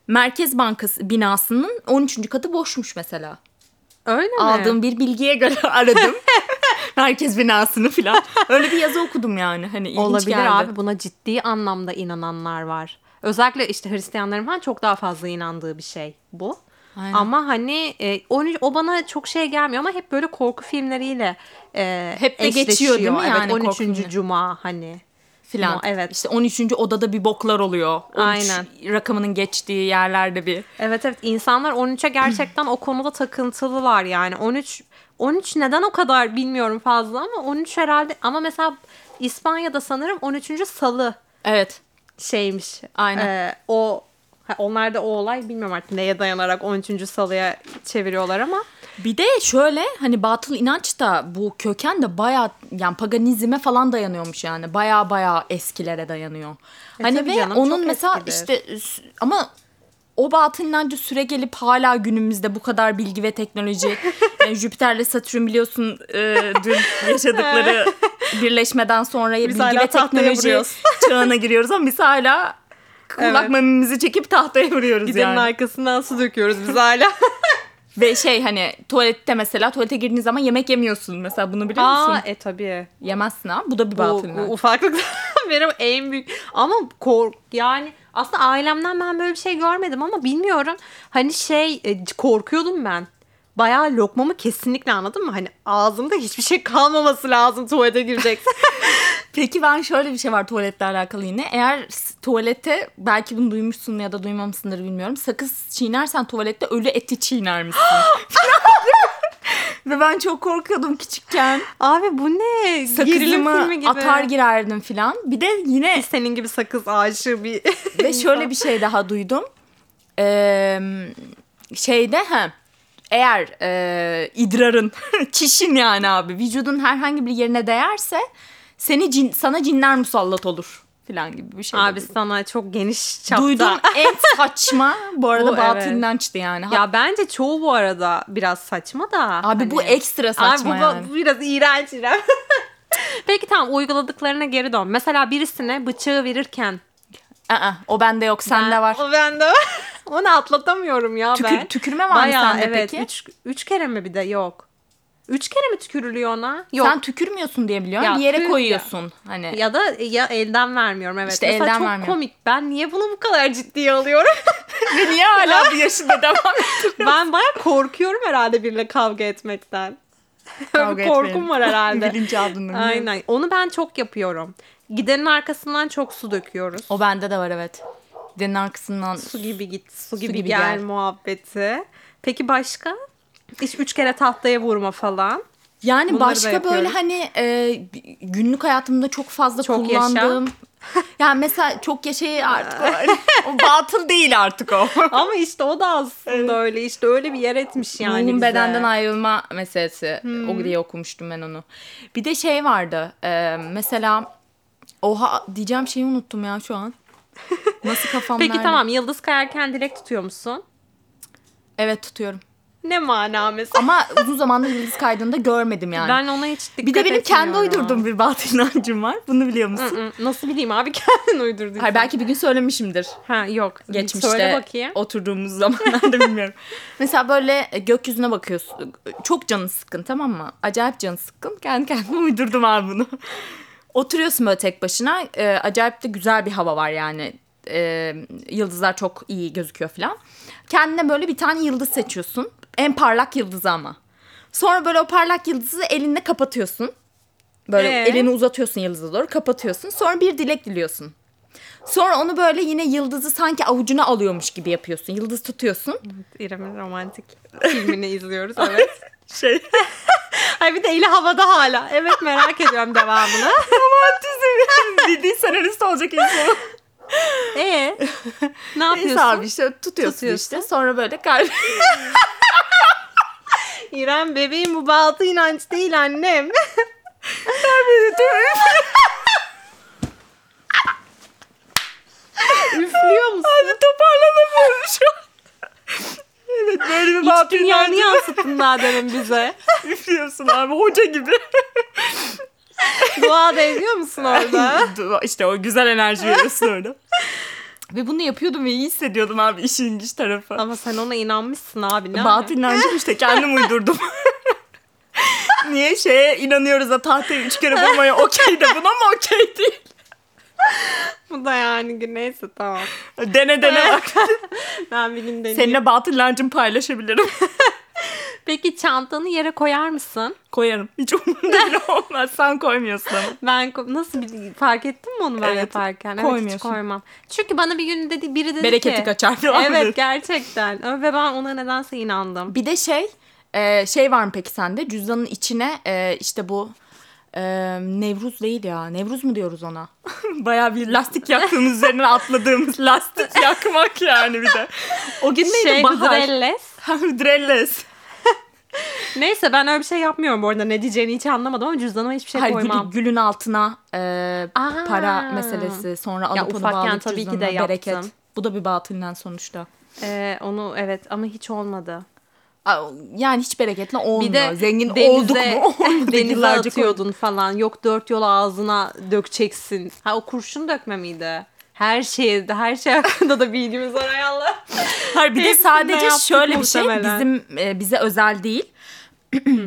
[SPEAKER 2] Merkez Bankası binasının 13. katı boşmuş mesela.
[SPEAKER 1] Öyle mi?
[SPEAKER 2] Aldığım bir bilgiye göre *laughs* aradım. Merkez binasını falan. Öyle bir yazı okudum yani. Hani ilginç
[SPEAKER 1] Olabilir
[SPEAKER 2] geldi.
[SPEAKER 1] abi buna ciddi anlamda inananlar var. Özellikle işte Hristiyanların falan çok daha fazla inandığı bir şey bu.
[SPEAKER 2] Aynen.
[SPEAKER 1] Ama hani e, onu- o bana çok şey gelmiyor ama hep böyle korku filmleriyle e,
[SPEAKER 2] Hep de geçiyor
[SPEAKER 1] eşleşiyor.
[SPEAKER 2] değil mi
[SPEAKER 1] Evet,
[SPEAKER 2] yani korku
[SPEAKER 1] 13.
[SPEAKER 2] filmi?
[SPEAKER 1] Cuma hani.
[SPEAKER 2] Filan.
[SPEAKER 1] Evet.
[SPEAKER 2] İşte 13. odada bir boklar oluyor. 13
[SPEAKER 1] Aynen.
[SPEAKER 2] rakamının geçtiği yerlerde bir.
[SPEAKER 1] Evet evet insanlar *clears throat* 13'e gerçekten o konuda takıntılılar yani 13 13 neden o kadar bilmiyorum fazla ama 13 herhalde ama mesela İspanya'da sanırım 13. salı
[SPEAKER 2] Evet.
[SPEAKER 1] şeymiş.
[SPEAKER 2] Aynen.
[SPEAKER 1] Ee, o ha, onlar da o olay bilmiyorum artık neye dayanarak 13. salıya çeviriyorlar ama
[SPEAKER 2] Bir de şöyle hani batıl inanç da bu köken de bayağı yani paganizme falan dayanıyormuş yani. Bayağı bayağı eskilere dayanıyor. hani
[SPEAKER 1] E, tabii
[SPEAKER 2] ve
[SPEAKER 1] canım,
[SPEAKER 2] onun
[SPEAKER 1] çok
[SPEAKER 2] mesela
[SPEAKER 1] eskidir.
[SPEAKER 2] işte s- ama o batıl inancı süre gelip hala günümüzde bu kadar bilgi
[SPEAKER 1] *laughs*
[SPEAKER 2] ve teknoloji yani Jüpiter'le Satürn biliyorsun e, dün yaşadıkları birleşmeden sonra bilgi
[SPEAKER 1] hala
[SPEAKER 2] ve
[SPEAKER 1] tahtaya
[SPEAKER 2] teknoloji
[SPEAKER 1] vuruyoruz.
[SPEAKER 2] çağına giriyoruz ama biz hala kulak
[SPEAKER 1] Evet.
[SPEAKER 2] mememizi çekip tahtaya vuruyoruz
[SPEAKER 1] gidenin
[SPEAKER 2] yani.
[SPEAKER 1] arkasından su döküyoruz biz *laughs* hala.
[SPEAKER 2] Ve şey hani tuvalette mesela tuvalete girdiğin zaman yemek yemiyorsun mesela bunu biliyor musun?
[SPEAKER 1] Aa e tabii.
[SPEAKER 2] Yemezsin ha. Bu da bir
[SPEAKER 1] Bu, bu
[SPEAKER 2] batıl inanç.
[SPEAKER 1] ufaklıktan *laughs* benim en büyük ama kork yani aslında ailemden ben böyle bir şey görmedim ama bilmiyorum. Hani şey e, c- korkuyordum ben. Bayağı lokmamı kesinlikle anladın mı? Hani ağzımda hiçbir şey kalmaması lazım tuvalete gireceksin.
[SPEAKER 2] Peki ben şöyle bir şey var tuvaletle alakalı yine. Eğer s- tuvalete belki bunu duymuşsun ya da duymamışsındır bilmiyorum. Sakız çiğnersen tuvalette ölü eti çiğner misin? *laughs* Ve ben çok korkuyordum küçükken.
[SPEAKER 1] *laughs* Abi bu ne? Sakrilimi
[SPEAKER 2] Sakızımı atar girerdim filan. Bir de yine
[SPEAKER 1] senin gibi sakız aşığı bir
[SPEAKER 2] Ve şöyle bir şey daha duydum. Ee, şeyde ha eğer e, idrarın *laughs* çişin yani abi vücudun herhangi bir yerine değerse seni cin, sana cinler musallat olur filan gibi bir
[SPEAKER 1] *laughs*
[SPEAKER 2] şey.
[SPEAKER 1] Abi
[SPEAKER 2] dedi.
[SPEAKER 1] sana çok geniş çapta.
[SPEAKER 2] Duydum en
[SPEAKER 1] *laughs*
[SPEAKER 2] saçma bu arada
[SPEAKER 1] Bu,
[SPEAKER 2] batıl
[SPEAKER 1] evet.
[SPEAKER 2] inançtı yani. Ha-
[SPEAKER 1] Ya bence çoğu bu arada biraz saçma da. hani-
[SPEAKER 2] abi bu ekstra saçma
[SPEAKER 1] Abi bu,
[SPEAKER 2] yani.
[SPEAKER 1] bu biraz iğrenç *laughs* iğrenç. Peki tamam uyguladıklarına geri dön. Mesela birisine bıçağı verirken.
[SPEAKER 2] Aa, o bende yok sende
[SPEAKER 1] Ben-
[SPEAKER 2] var.
[SPEAKER 1] O bende var. *laughs* Onu atlatamıyorum ya
[SPEAKER 2] Tükür-
[SPEAKER 1] ben.
[SPEAKER 2] tükürme var mı
[SPEAKER 1] Bayağı
[SPEAKER 2] sende
[SPEAKER 1] evet.
[SPEAKER 2] peki?
[SPEAKER 1] Üç, üç kere mi bir de yok. Üç kere mi tükürülüyor ona? Yok.
[SPEAKER 2] Sen tükürmüyorsun diye biliyorum.
[SPEAKER 1] Ya,
[SPEAKER 2] bir yere
[SPEAKER 1] tüy-
[SPEAKER 2] koyuyorsun hani.
[SPEAKER 1] Ya da ya elden vermiyorum evet.
[SPEAKER 2] İşte
[SPEAKER 1] Mesela
[SPEAKER 2] elden
[SPEAKER 1] çok
[SPEAKER 2] vermiyorum.
[SPEAKER 1] komik. Ben niye bunu bu kadar ciddiye *laughs* alıyorum?
[SPEAKER 2] Ve *laughs* niye hala bu
[SPEAKER 1] *laughs*
[SPEAKER 2] yaşında devam ediyor?
[SPEAKER 1] ben baya korkuyorum herhalde biriyle kavga etmekten. Öyle bir
[SPEAKER 2] Kavga
[SPEAKER 1] *laughs* korkum
[SPEAKER 2] etmeyelim.
[SPEAKER 1] var
[SPEAKER 2] *laughs*
[SPEAKER 1] herhalde.
[SPEAKER 2] Bilinçaltında.
[SPEAKER 1] Aynen. Onu ben çok yapıyorum. Gidenin arkasından çok su döküyoruz.
[SPEAKER 2] O bende de var evet. Denin arkasından
[SPEAKER 1] Su gibi git, su gibi,
[SPEAKER 2] gibi
[SPEAKER 1] gel,
[SPEAKER 2] gel. *laughs*
[SPEAKER 1] muhabbeti. Peki başka? Hiç üç kere tahtaya vurma falan.
[SPEAKER 2] Yani
[SPEAKER 1] Bunları da
[SPEAKER 2] başka böyle
[SPEAKER 1] yapıyorum.
[SPEAKER 2] hani e, günlük hayatımda çok fazla
[SPEAKER 1] Çok yaşa. *laughs*
[SPEAKER 2] kullandığım. yani mesela çok yaşayı artık öyle. o hani. batıl değil artık *laughs* o.
[SPEAKER 1] Ama işte o da aslında öyle işte öyle bir yer etmiş yani Hmm.
[SPEAKER 2] Ruhun
[SPEAKER 1] bize.
[SPEAKER 2] bedenden ayrılma meselesi. O diye okumuştum ben onu. Bir de şey vardı. e, mesela oha diyeceğim şeyi unuttum ya şu an.
[SPEAKER 1] *laughs*
[SPEAKER 2] Nasıl kafam
[SPEAKER 1] Peki
[SPEAKER 2] nerede?
[SPEAKER 1] tamam yıldız kayarken dilek tutuyor musun?
[SPEAKER 2] Evet tutuyorum.
[SPEAKER 1] Ne mana mesela?
[SPEAKER 2] Ama uzun zamandır yıldız kaydığında görmedim yani.
[SPEAKER 1] Ben ona hiç dikkat
[SPEAKER 2] bir de benim kendi
[SPEAKER 1] etmiyorum.
[SPEAKER 2] uydurduğum bir batıl inancım var. Bunu biliyor musun?
[SPEAKER 1] Hı, Nasıl bileyim abi *laughs* kendin uydurdun.
[SPEAKER 2] Hayır belki bir gün söylemişimdir.
[SPEAKER 1] Ha yok.
[SPEAKER 2] geçmişte
[SPEAKER 1] Söyle bakayım.
[SPEAKER 2] oturduğumuz *laughs* zamanlarda bilmiyorum. Mesela böyle e, gökyüzüne bakıyorsun. Çok canın sıkkın tamam mı? Acayip canın sıkkın. Kendi kendime *laughs* uydurdum abi bunu. Oturuyorsun böyle tek başına. Ee, acayip de güzel bir hava var yani. Ee, yıldızlar çok iyi gözüküyor falan. Kendine böyle bir tane yıldız seçiyorsun. En parlak yıldızı ama. Sonra böyle o parlak yıldızı elinle kapatıyorsun. Böyle
[SPEAKER 1] Ee?
[SPEAKER 2] elini uzatıyorsun yıldıza doğru kapatıyorsun. Sonra bir dilek diliyorsun. Sonra onu böyle yine yıldızı sanki avucuna alıyormuş gibi yapıyorsun. Yıldız tutuyorsun.
[SPEAKER 1] İrem'in romantik filmini izliyoruz
[SPEAKER 2] *laughs*
[SPEAKER 1] evet.
[SPEAKER 2] Şey.
[SPEAKER 1] Ay bir de eli havada hala. Evet merak ediyorum
[SPEAKER 2] *laughs*
[SPEAKER 1] devamını.
[SPEAKER 2] Bildiğin senarist olacak insan.
[SPEAKER 1] Ee ne yapıyorsun?
[SPEAKER 2] Neyse abi işte tutuyorsun,
[SPEAKER 1] Tutuyorsun.
[SPEAKER 2] işte. Sonra böyle *laughs* kalp.
[SPEAKER 1] İrem bebeğim bu baltı inanç değil
[SPEAKER 2] *laughs*
[SPEAKER 1] annem. Üflüyor musun?
[SPEAKER 2] Abi toparlanamıyorum şu an. Evet böyle bir
[SPEAKER 1] Hiç
[SPEAKER 2] batıl
[SPEAKER 1] dünyanı
[SPEAKER 2] inancı
[SPEAKER 1] yansıttın daha demin bize.
[SPEAKER 2] *laughs* üflüyorsun abi hoca gibi.
[SPEAKER 1] Dua da ediyor
[SPEAKER 2] *laughs*
[SPEAKER 1] musun orada?
[SPEAKER 2] işte o güzel enerji veriyorsun orada. *laughs* Ve bunu yapıyordum ve iyi hissediyordum abi işin ilginç tarafı.
[SPEAKER 1] Ama sen ona inanmışsın abi. Ne
[SPEAKER 2] Batıl inancım işte kendim uydurdum. *laughs* Niye şeye inanıyoruz da tahtayı üç kere vurmaya okey de buna mı okey değil?
[SPEAKER 1] Bu da yani gün- neyse tamam.
[SPEAKER 2] Dene dene bak.
[SPEAKER 1] Ben bir gün deneyeyim.
[SPEAKER 2] Seninle batıl inancımı paylaşabilirim.
[SPEAKER 1] Peki çantanı yere koyar mısın?
[SPEAKER 2] Koyarım. Hiç umurumda bile olmaz. Sen koymuyorsun ama.
[SPEAKER 1] Ben ko- nasıl bir, fark ettin mi onu ben
[SPEAKER 2] Evet,
[SPEAKER 1] yaparken? Evet hiç
[SPEAKER 2] koymuyorsun.
[SPEAKER 1] koymam. Çünkü bana bir gün dedi biri dedi
[SPEAKER 2] Bereketi
[SPEAKER 1] ki.
[SPEAKER 2] kaçar falan
[SPEAKER 1] Evet
[SPEAKER 2] dedi.
[SPEAKER 1] gerçekten. Ö, Ve ben ona nedense inandım.
[SPEAKER 2] Bir de şey e, şey var mı peki sende? Cüzdanın içine e, işte bu e, Nevruz değil ya. Nevruz mu diyoruz ona? Bayağı bir lastik yaktığımız üzerine *laughs* atladığımız lastik yakmak yani bir *laughs* de. O gün neydi?
[SPEAKER 1] Şey
[SPEAKER 2] Bahar.
[SPEAKER 1] hıdrelles.
[SPEAKER 2] Ha, Hıdrelles.
[SPEAKER 1] Neyse ben öyle bir şey yapmıyorum bu arada. Ne diyeceğini hiç anlamadım ama cüzdanıma hiçbir şey
[SPEAKER 2] Hayır, gül-
[SPEAKER 1] koymam.
[SPEAKER 2] gülün altına e,
[SPEAKER 1] Aa.
[SPEAKER 2] para meselesi sonra alıp onu
[SPEAKER 1] ufakken
[SPEAKER 2] bağlayıp
[SPEAKER 1] tabii ki de
[SPEAKER 2] cüzdanına
[SPEAKER 1] yaptım.
[SPEAKER 2] bereket. Bu da bir batılden sonuçta.
[SPEAKER 1] Ee, onu evet ama hiç olmadı.
[SPEAKER 2] Aa, Yani hiç bereketle olmuyor.
[SPEAKER 1] Bir de
[SPEAKER 2] Zengin
[SPEAKER 1] denize, *laughs*
[SPEAKER 2] olduk mu? *laughs* Olmadık.
[SPEAKER 1] denize
[SPEAKER 2] Yıllarca koyduk.
[SPEAKER 1] atıyordun falan. Yok dört yol ağzına dökeceksin. Ha o kurşun dökme miydi? Her şeye, her şey hakkında da bilgimiz var hay Allah.
[SPEAKER 2] Hayır bir de
[SPEAKER 1] Hepsini
[SPEAKER 2] sadece
[SPEAKER 1] yaptık
[SPEAKER 2] şöyle bir şey
[SPEAKER 1] muhtemelen.
[SPEAKER 2] bizim e, bize özel değil. *clears throat*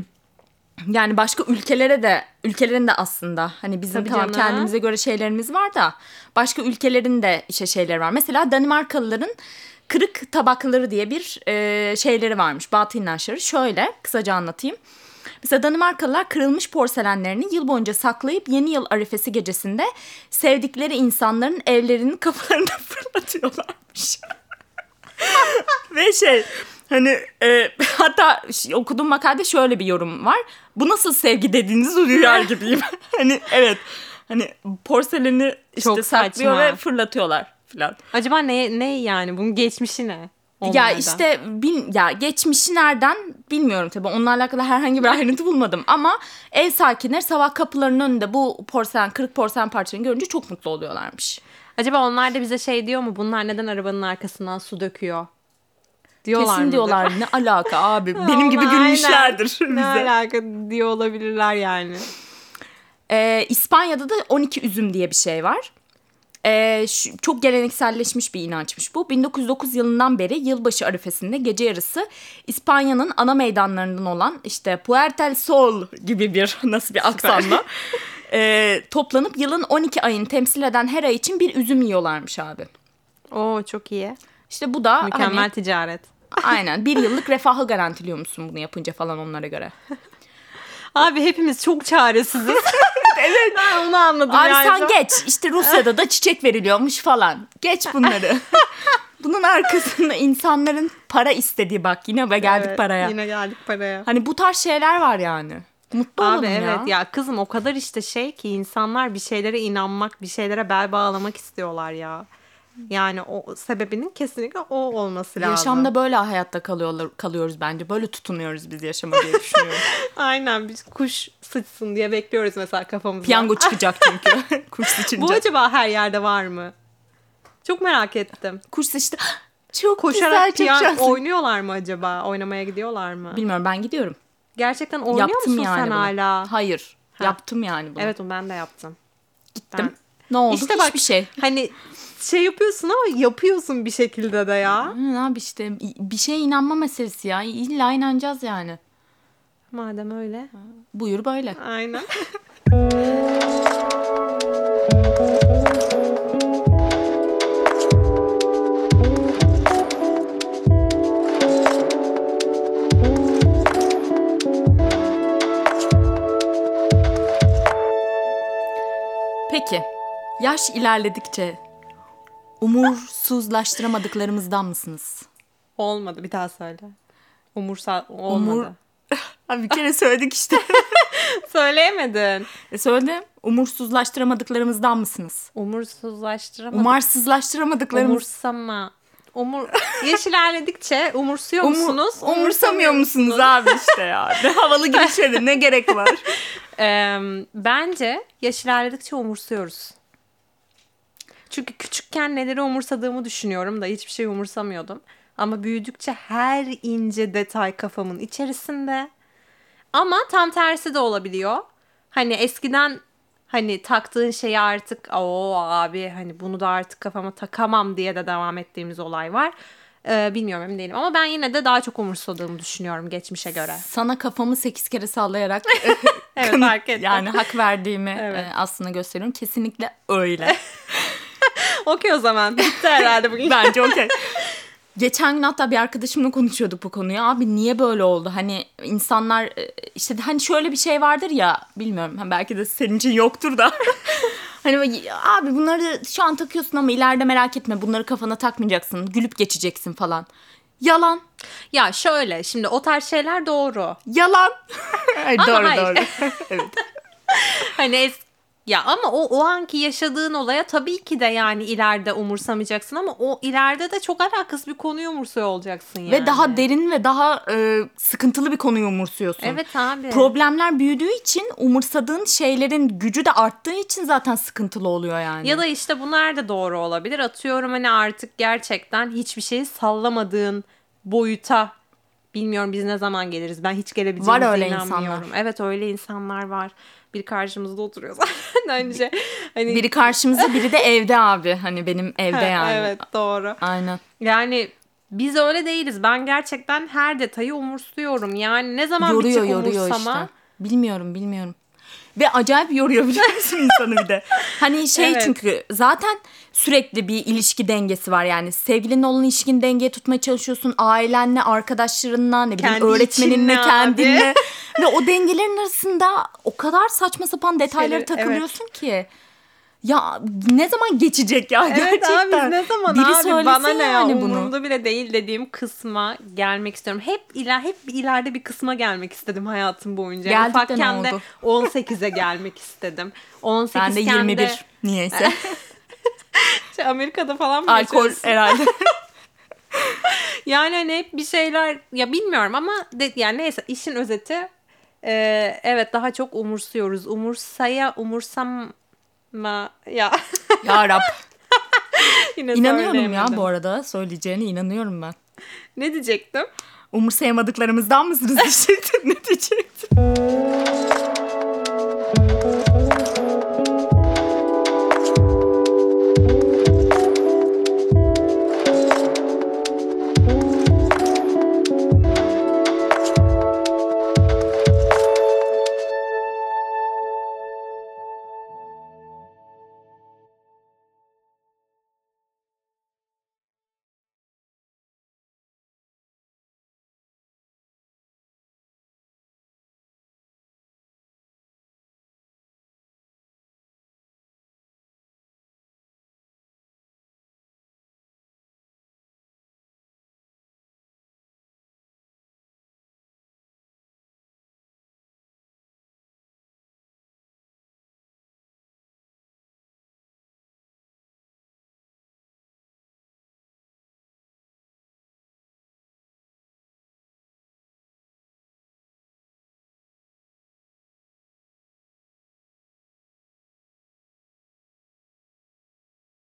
[SPEAKER 2] yani başka ülkelere de ülkelerin de aslında hani bizim
[SPEAKER 1] Tabii
[SPEAKER 2] tamam
[SPEAKER 1] canım.
[SPEAKER 2] kendimize göre şeylerimiz var da başka ülkelerin de işte şeyleri var. Mesela Danimarkalıların kırık tabakları diye bir e, şeyleri varmış. Batı inançları. Şöyle kısaca anlatayım. Mesela Danimarkalılar kırılmış porselenlerini yıl boyunca saklayıp yeni yıl arifesi gecesinde sevdikleri insanların evlerinin kapılarına *laughs* fırlatıyorlarmış. *laughs* Ve şey hani e, hatta ş- okuduğum makalede şöyle bir yorum var. Bu nasıl sevgi
[SPEAKER 1] *laughs*
[SPEAKER 2] dediğiniz duyar gibiyim. hani evet hani porseleni işte
[SPEAKER 1] Çok
[SPEAKER 2] saklıyor
[SPEAKER 1] saçma.
[SPEAKER 2] ve fırlatıyorlar filan.
[SPEAKER 1] Acaba ne, ne yani? Bunun geçmişi ne?
[SPEAKER 2] Ya
[SPEAKER 1] Onlardan.
[SPEAKER 2] işte bil, ya geçmişi nereden bilmiyorum tabii. Onunla alakalı herhangi bir *laughs* ayrıntı bulmadım ama ev sakinleri sabah kapılarının önünde bu porselen kırık porselen parçalarını görünce çok mutlu oluyorlarmış.
[SPEAKER 1] Acaba onlar da bize şey diyor mu? Bunlar neden arabanın arkasından su döküyor? Diyorlar
[SPEAKER 2] Kesin
[SPEAKER 1] mıdır?
[SPEAKER 2] diyorlar ne
[SPEAKER 1] *laughs*
[SPEAKER 2] alaka abi. Benim gibi
[SPEAKER 1] Onlar aynen.
[SPEAKER 2] gülmüşlerdir
[SPEAKER 1] *laughs* Ne
[SPEAKER 2] bize.
[SPEAKER 1] alaka diyor olabilirler yani.
[SPEAKER 2] Ee, İspanya'da da 12 üzüm diye bir şey var. Ee, şu- çok gelenekselleşmiş bir inançmış bu. 1909 yılından beri yılbaşı arifesinde gece yarısı İspanya'nın ana meydanlarından olan işte Puerta del Sol gibi bir *laughs* nasıl bir aksanla ee, toplanıp yılın 12 ayını temsil eden her ay için bir üzüm yiyorlarmış abi.
[SPEAKER 1] Oo çok iyi.
[SPEAKER 2] İşte bu da
[SPEAKER 1] Mükemmel
[SPEAKER 2] hani-
[SPEAKER 1] ticaret.
[SPEAKER 2] *laughs* aynen bir yıllık refahı garantiliyor musun bunu yapınca falan onlara göre.
[SPEAKER 1] Abi hepimiz çok
[SPEAKER 2] *laughs*
[SPEAKER 1] çaresiziz. evet. Ben onu anladım
[SPEAKER 2] Abi
[SPEAKER 1] yani.
[SPEAKER 2] sen geç. İşte Rusya'da da çiçek veriliyormuş falan. Geç
[SPEAKER 1] *laughs*
[SPEAKER 2] bunları. Bunun arkasında insanların para istediği bak yine ve geldik
[SPEAKER 1] Evet,
[SPEAKER 2] paraya.
[SPEAKER 1] Yine geldik paraya.
[SPEAKER 2] Hani bu tarz şeyler var yani. Mutlu
[SPEAKER 1] Abi
[SPEAKER 2] olalım
[SPEAKER 1] evet
[SPEAKER 2] ya.
[SPEAKER 1] ya. kızım o kadar işte şey ki insanlar bir şeylere inanmak, bir şeylere bel bağlamak istiyorlar ya. Yani o sebebinin kesinlikle o olması lazım.
[SPEAKER 2] Yaşamda böyle hayatta kalıyorlar, kalıyoruz bence. Böyle tutunuyoruz biz yaşama diye
[SPEAKER 1] *laughs*
[SPEAKER 2] düşünüyorum.
[SPEAKER 1] Aynen bir kuş sıçsın diye bekliyoruz mesela kafamıza.
[SPEAKER 2] Piyango çıkacak
[SPEAKER 1] *laughs*
[SPEAKER 2] çünkü. Kuş sıçınca.
[SPEAKER 1] Bu acaba her yerde var mı? Çok merak ettim.
[SPEAKER 2] Kuş sıçtı. *gasps* Çok
[SPEAKER 1] Koşarak
[SPEAKER 2] güzel
[SPEAKER 1] piyango
[SPEAKER 2] çıkacaksın.
[SPEAKER 1] oynuyorlar mı acaba? Oynamaya gidiyorlar mı?
[SPEAKER 2] Bilmiyorum ben gidiyorum.
[SPEAKER 1] Gerçekten oynuyor
[SPEAKER 2] Yaptım
[SPEAKER 1] musun
[SPEAKER 2] yani
[SPEAKER 1] sen
[SPEAKER 2] bunu.
[SPEAKER 1] hala?
[SPEAKER 2] Hayır. Yaptım yani bunu.
[SPEAKER 1] Evet ben de yaptım.
[SPEAKER 2] Gittim.
[SPEAKER 1] ben-
[SPEAKER 2] Ne oldu?
[SPEAKER 1] İşte
[SPEAKER 2] İşte
[SPEAKER 1] bak-
[SPEAKER 2] Hiçbir şey.
[SPEAKER 1] Hani şey yapıyorsun ama yapıyorsun bir şekilde de ya.
[SPEAKER 2] Hı, abi işte bir şeye inanma meselesi ya. İlla inanacağız yani.
[SPEAKER 1] Madem öyle.
[SPEAKER 2] Buyur böyle.
[SPEAKER 1] Aynen.
[SPEAKER 2] Peki. Yaş ilerledikçe umursuzlaştıramadıklarımızdan mısınız?
[SPEAKER 1] *laughs* Olmadı bir daha söyle. Umursa olmadı.
[SPEAKER 2] Umur- Abi bir kere söyledik işte.
[SPEAKER 1] Söyleyemedin.
[SPEAKER 2] *laughs* e söyledim. Umursuzlaştıramadıklarımızdan mısınız?
[SPEAKER 1] Umursuzlaştıramadım.
[SPEAKER 2] Umarsızlaştıramadıklarımız.
[SPEAKER 1] Umursama. Umur *laughs* yaş ilerledikçe umursuyor
[SPEAKER 2] Umu-
[SPEAKER 1] musunuz?
[SPEAKER 2] umursamıyor musunuz abi işte ya? *laughs* Ne havalı girişleri ne gerek var?
[SPEAKER 1] Ee, bence yaş ilerledikçe umursuyoruz. Çünkü küçükken neleri umursadığımı düşünüyorum da hiçbir şey umursamıyordum. Ama büyüdükçe her ince detay kafamın içerisinde. Ama tam tersi de olabiliyor. Hani eskiden hani taktığın şeyi artık o abi hani bunu da artık kafama takamam diye de devam ettiğimiz olay var. Ee, bilmiyorum emin değilim ama ben yine de daha çok umursadığımı düşünüyorum geçmişe göre.
[SPEAKER 2] Sana kafamı sekiz kere *laughs* sallayarak
[SPEAKER 1] Evet fark ettim.
[SPEAKER 2] yani hak verdiğimi
[SPEAKER 1] Evet.
[SPEAKER 2] e, aslında gösteriyorum. Kesinlikle öyle.
[SPEAKER 1] *laughs* Okey o zaman. Bitti herhalde bugün.
[SPEAKER 2] *laughs* Bence okey. Geçen gün hatta bir arkadaşımla konuşuyorduk bu konuyu. Abi niye böyle oldu? Hani insanlar e, işte hani şöyle bir şey vardır ya bilmiyorum. Hani belki de senin için yoktur da. *laughs* hani böyle, abi bunları şu an takıyorsun ama ileride merak etme. Bunları kafana takmayacaksın. Gülüp geçeceksin falan. Yalan.
[SPEAKER 1] ya şöyle şimdi o tarz şeyler doğru.
[SPEAKER 2] Yalan. *laughs* Ay,
[SPEAKER 1] Ama
[SPEAKER 2] doğru
[SPEAKER 1] hayır.
[SPEAKER 2] doğru. evet.
[SPEAKER 1] Hani es- ya ama o o anki yaşadığın olaya tabii ki de yani ileride umursamayacaksın ama o ileride de çok alakasız bir konuyu umursuyor olacaksın yani.
[SPEAKER 2] Ve daha derin ve daha e, sıkıntılı bir konuyu umursuyorsun.
[SPEAKER 1] Evet abi.
[SPEAKER 2] Problemler büyüdüğü için umursadığın şeylerin gücü de arttığı için zaten sıkıntılı oluyor yani.
[SPEAKER 1] Ya da işte bunlar da doğru olabilir. Atıyorum hani artık gerçekten hiçbir şeyi sallamadığın boyuta bilmiyorum biz ne zaman geliriz. Ben hiç gelebileceğimize
[SPEAKER 2] Var öyle
[SPEAKER 1] inanmıyorum.
[SPEAKER 2] insanlar.
[SPEAKER 1] Evet öyle insanlar var. Bir karşımızda oturuyor zaten *laughs* önce. Hani
[SPEAKER 2] biri karşımızda biri de evde abi. Hani benim evde yani.
[SPEAKER 1] Evet doğru.
[SPEAKER 2] Aynen.
[SPEAKER 1] Yani biz öyle değiliz. Ben gerçekten her detayı umursuyorum. Yani ne zaman
[SPEAKER 2] yoruyor
[SPEAKER 1] bir
[SPEAKER 2] yoruyor
[SPEAKER 1] umursama.
[SPEAKER 2] işte. Bilmiyorum bilmiyorum. Ve acayip yoruyor biliyor musun insanı
[SPEAKER 1] *laughs*
[SPEAKER 2] bir de. Hani şey
[SPEAKER 1] Evet.
[SPEAKER 2] çünkü zaten sürekli bir ilişki dengesi var yani. Sevgilinle olan ilişkini dengeye tutmaya çalışıyorsun. Ailenle, arkadaşlarınla, ne bileyim
[SPEAKER 1] Kendi içinle
[SPEAKER 2] öğretmeninle,
[SPEAKER 1] abi. *laughs*
[SPEAKER 2] kendinle. Ve o dengelerin arasında o kadar saçma sapan detaylara
[SPEAKER 1] Şeyleri-
[SPEAKER 2] takılıyorsun ki. Ya ne zaman geçecek ya
[SPEAKER 1] Evet
[SPEAKER 2] gerçekten.
[SPEAKER 1] abi biz ne zaman
[SPEAKER 2] Biri
[SPEAKER 1] abi bana
[SPEAKER 2] söylesin
[SPEAKER 1] ne ya
[SPEAKER 2] yani bunu.
[SPEAKER 1] umurumda bile değil dediğim kısma gelmek istiyorum. Hep ila hep bir ileride bir kısma gelmek istedim hayatım boyunca. Yani
[SPEAKER 2] Geldik de ne
[SPEAKER 1] ufakken de
[SPEAKER 2] oldu?
[SPEAKER 1] 18'e gelmek istedim. 18
[SPEAKER 2] Ben de 21 *laughs* niyeyse.
[SPEAKER 1] Şey, Amerika'da falan mı
[SPEAKER 2] Alkol
[SPEAKER 1] yaşıyorsun?
[SPEAKER 2] herhalde.
[SPEAKER 1] Yani hani hep bir şeyler ya bilmiyorum ama de, yani neyse işin özeti e, evet daha çok umursuyoruz. Umursaya umursama ya
[SPEAKER 2] *laughs*
[SPEAKER 1] *laughs*
[SPEAKER 2] ya Rab.
[SPEAKER 1] yine
[SPEAKER 2] İnanıyorum ya
[SPEAKER 1] söyleyemedim.
[SPEAKER 2] bu arada söyleyeceğine inanıyorum ben.
[SPEAKER 1] Ne diyecektim?
[SPEAKER 2] *laughs* Umursayamadıklarımızdan mısınız diyecektim ne diyecektim.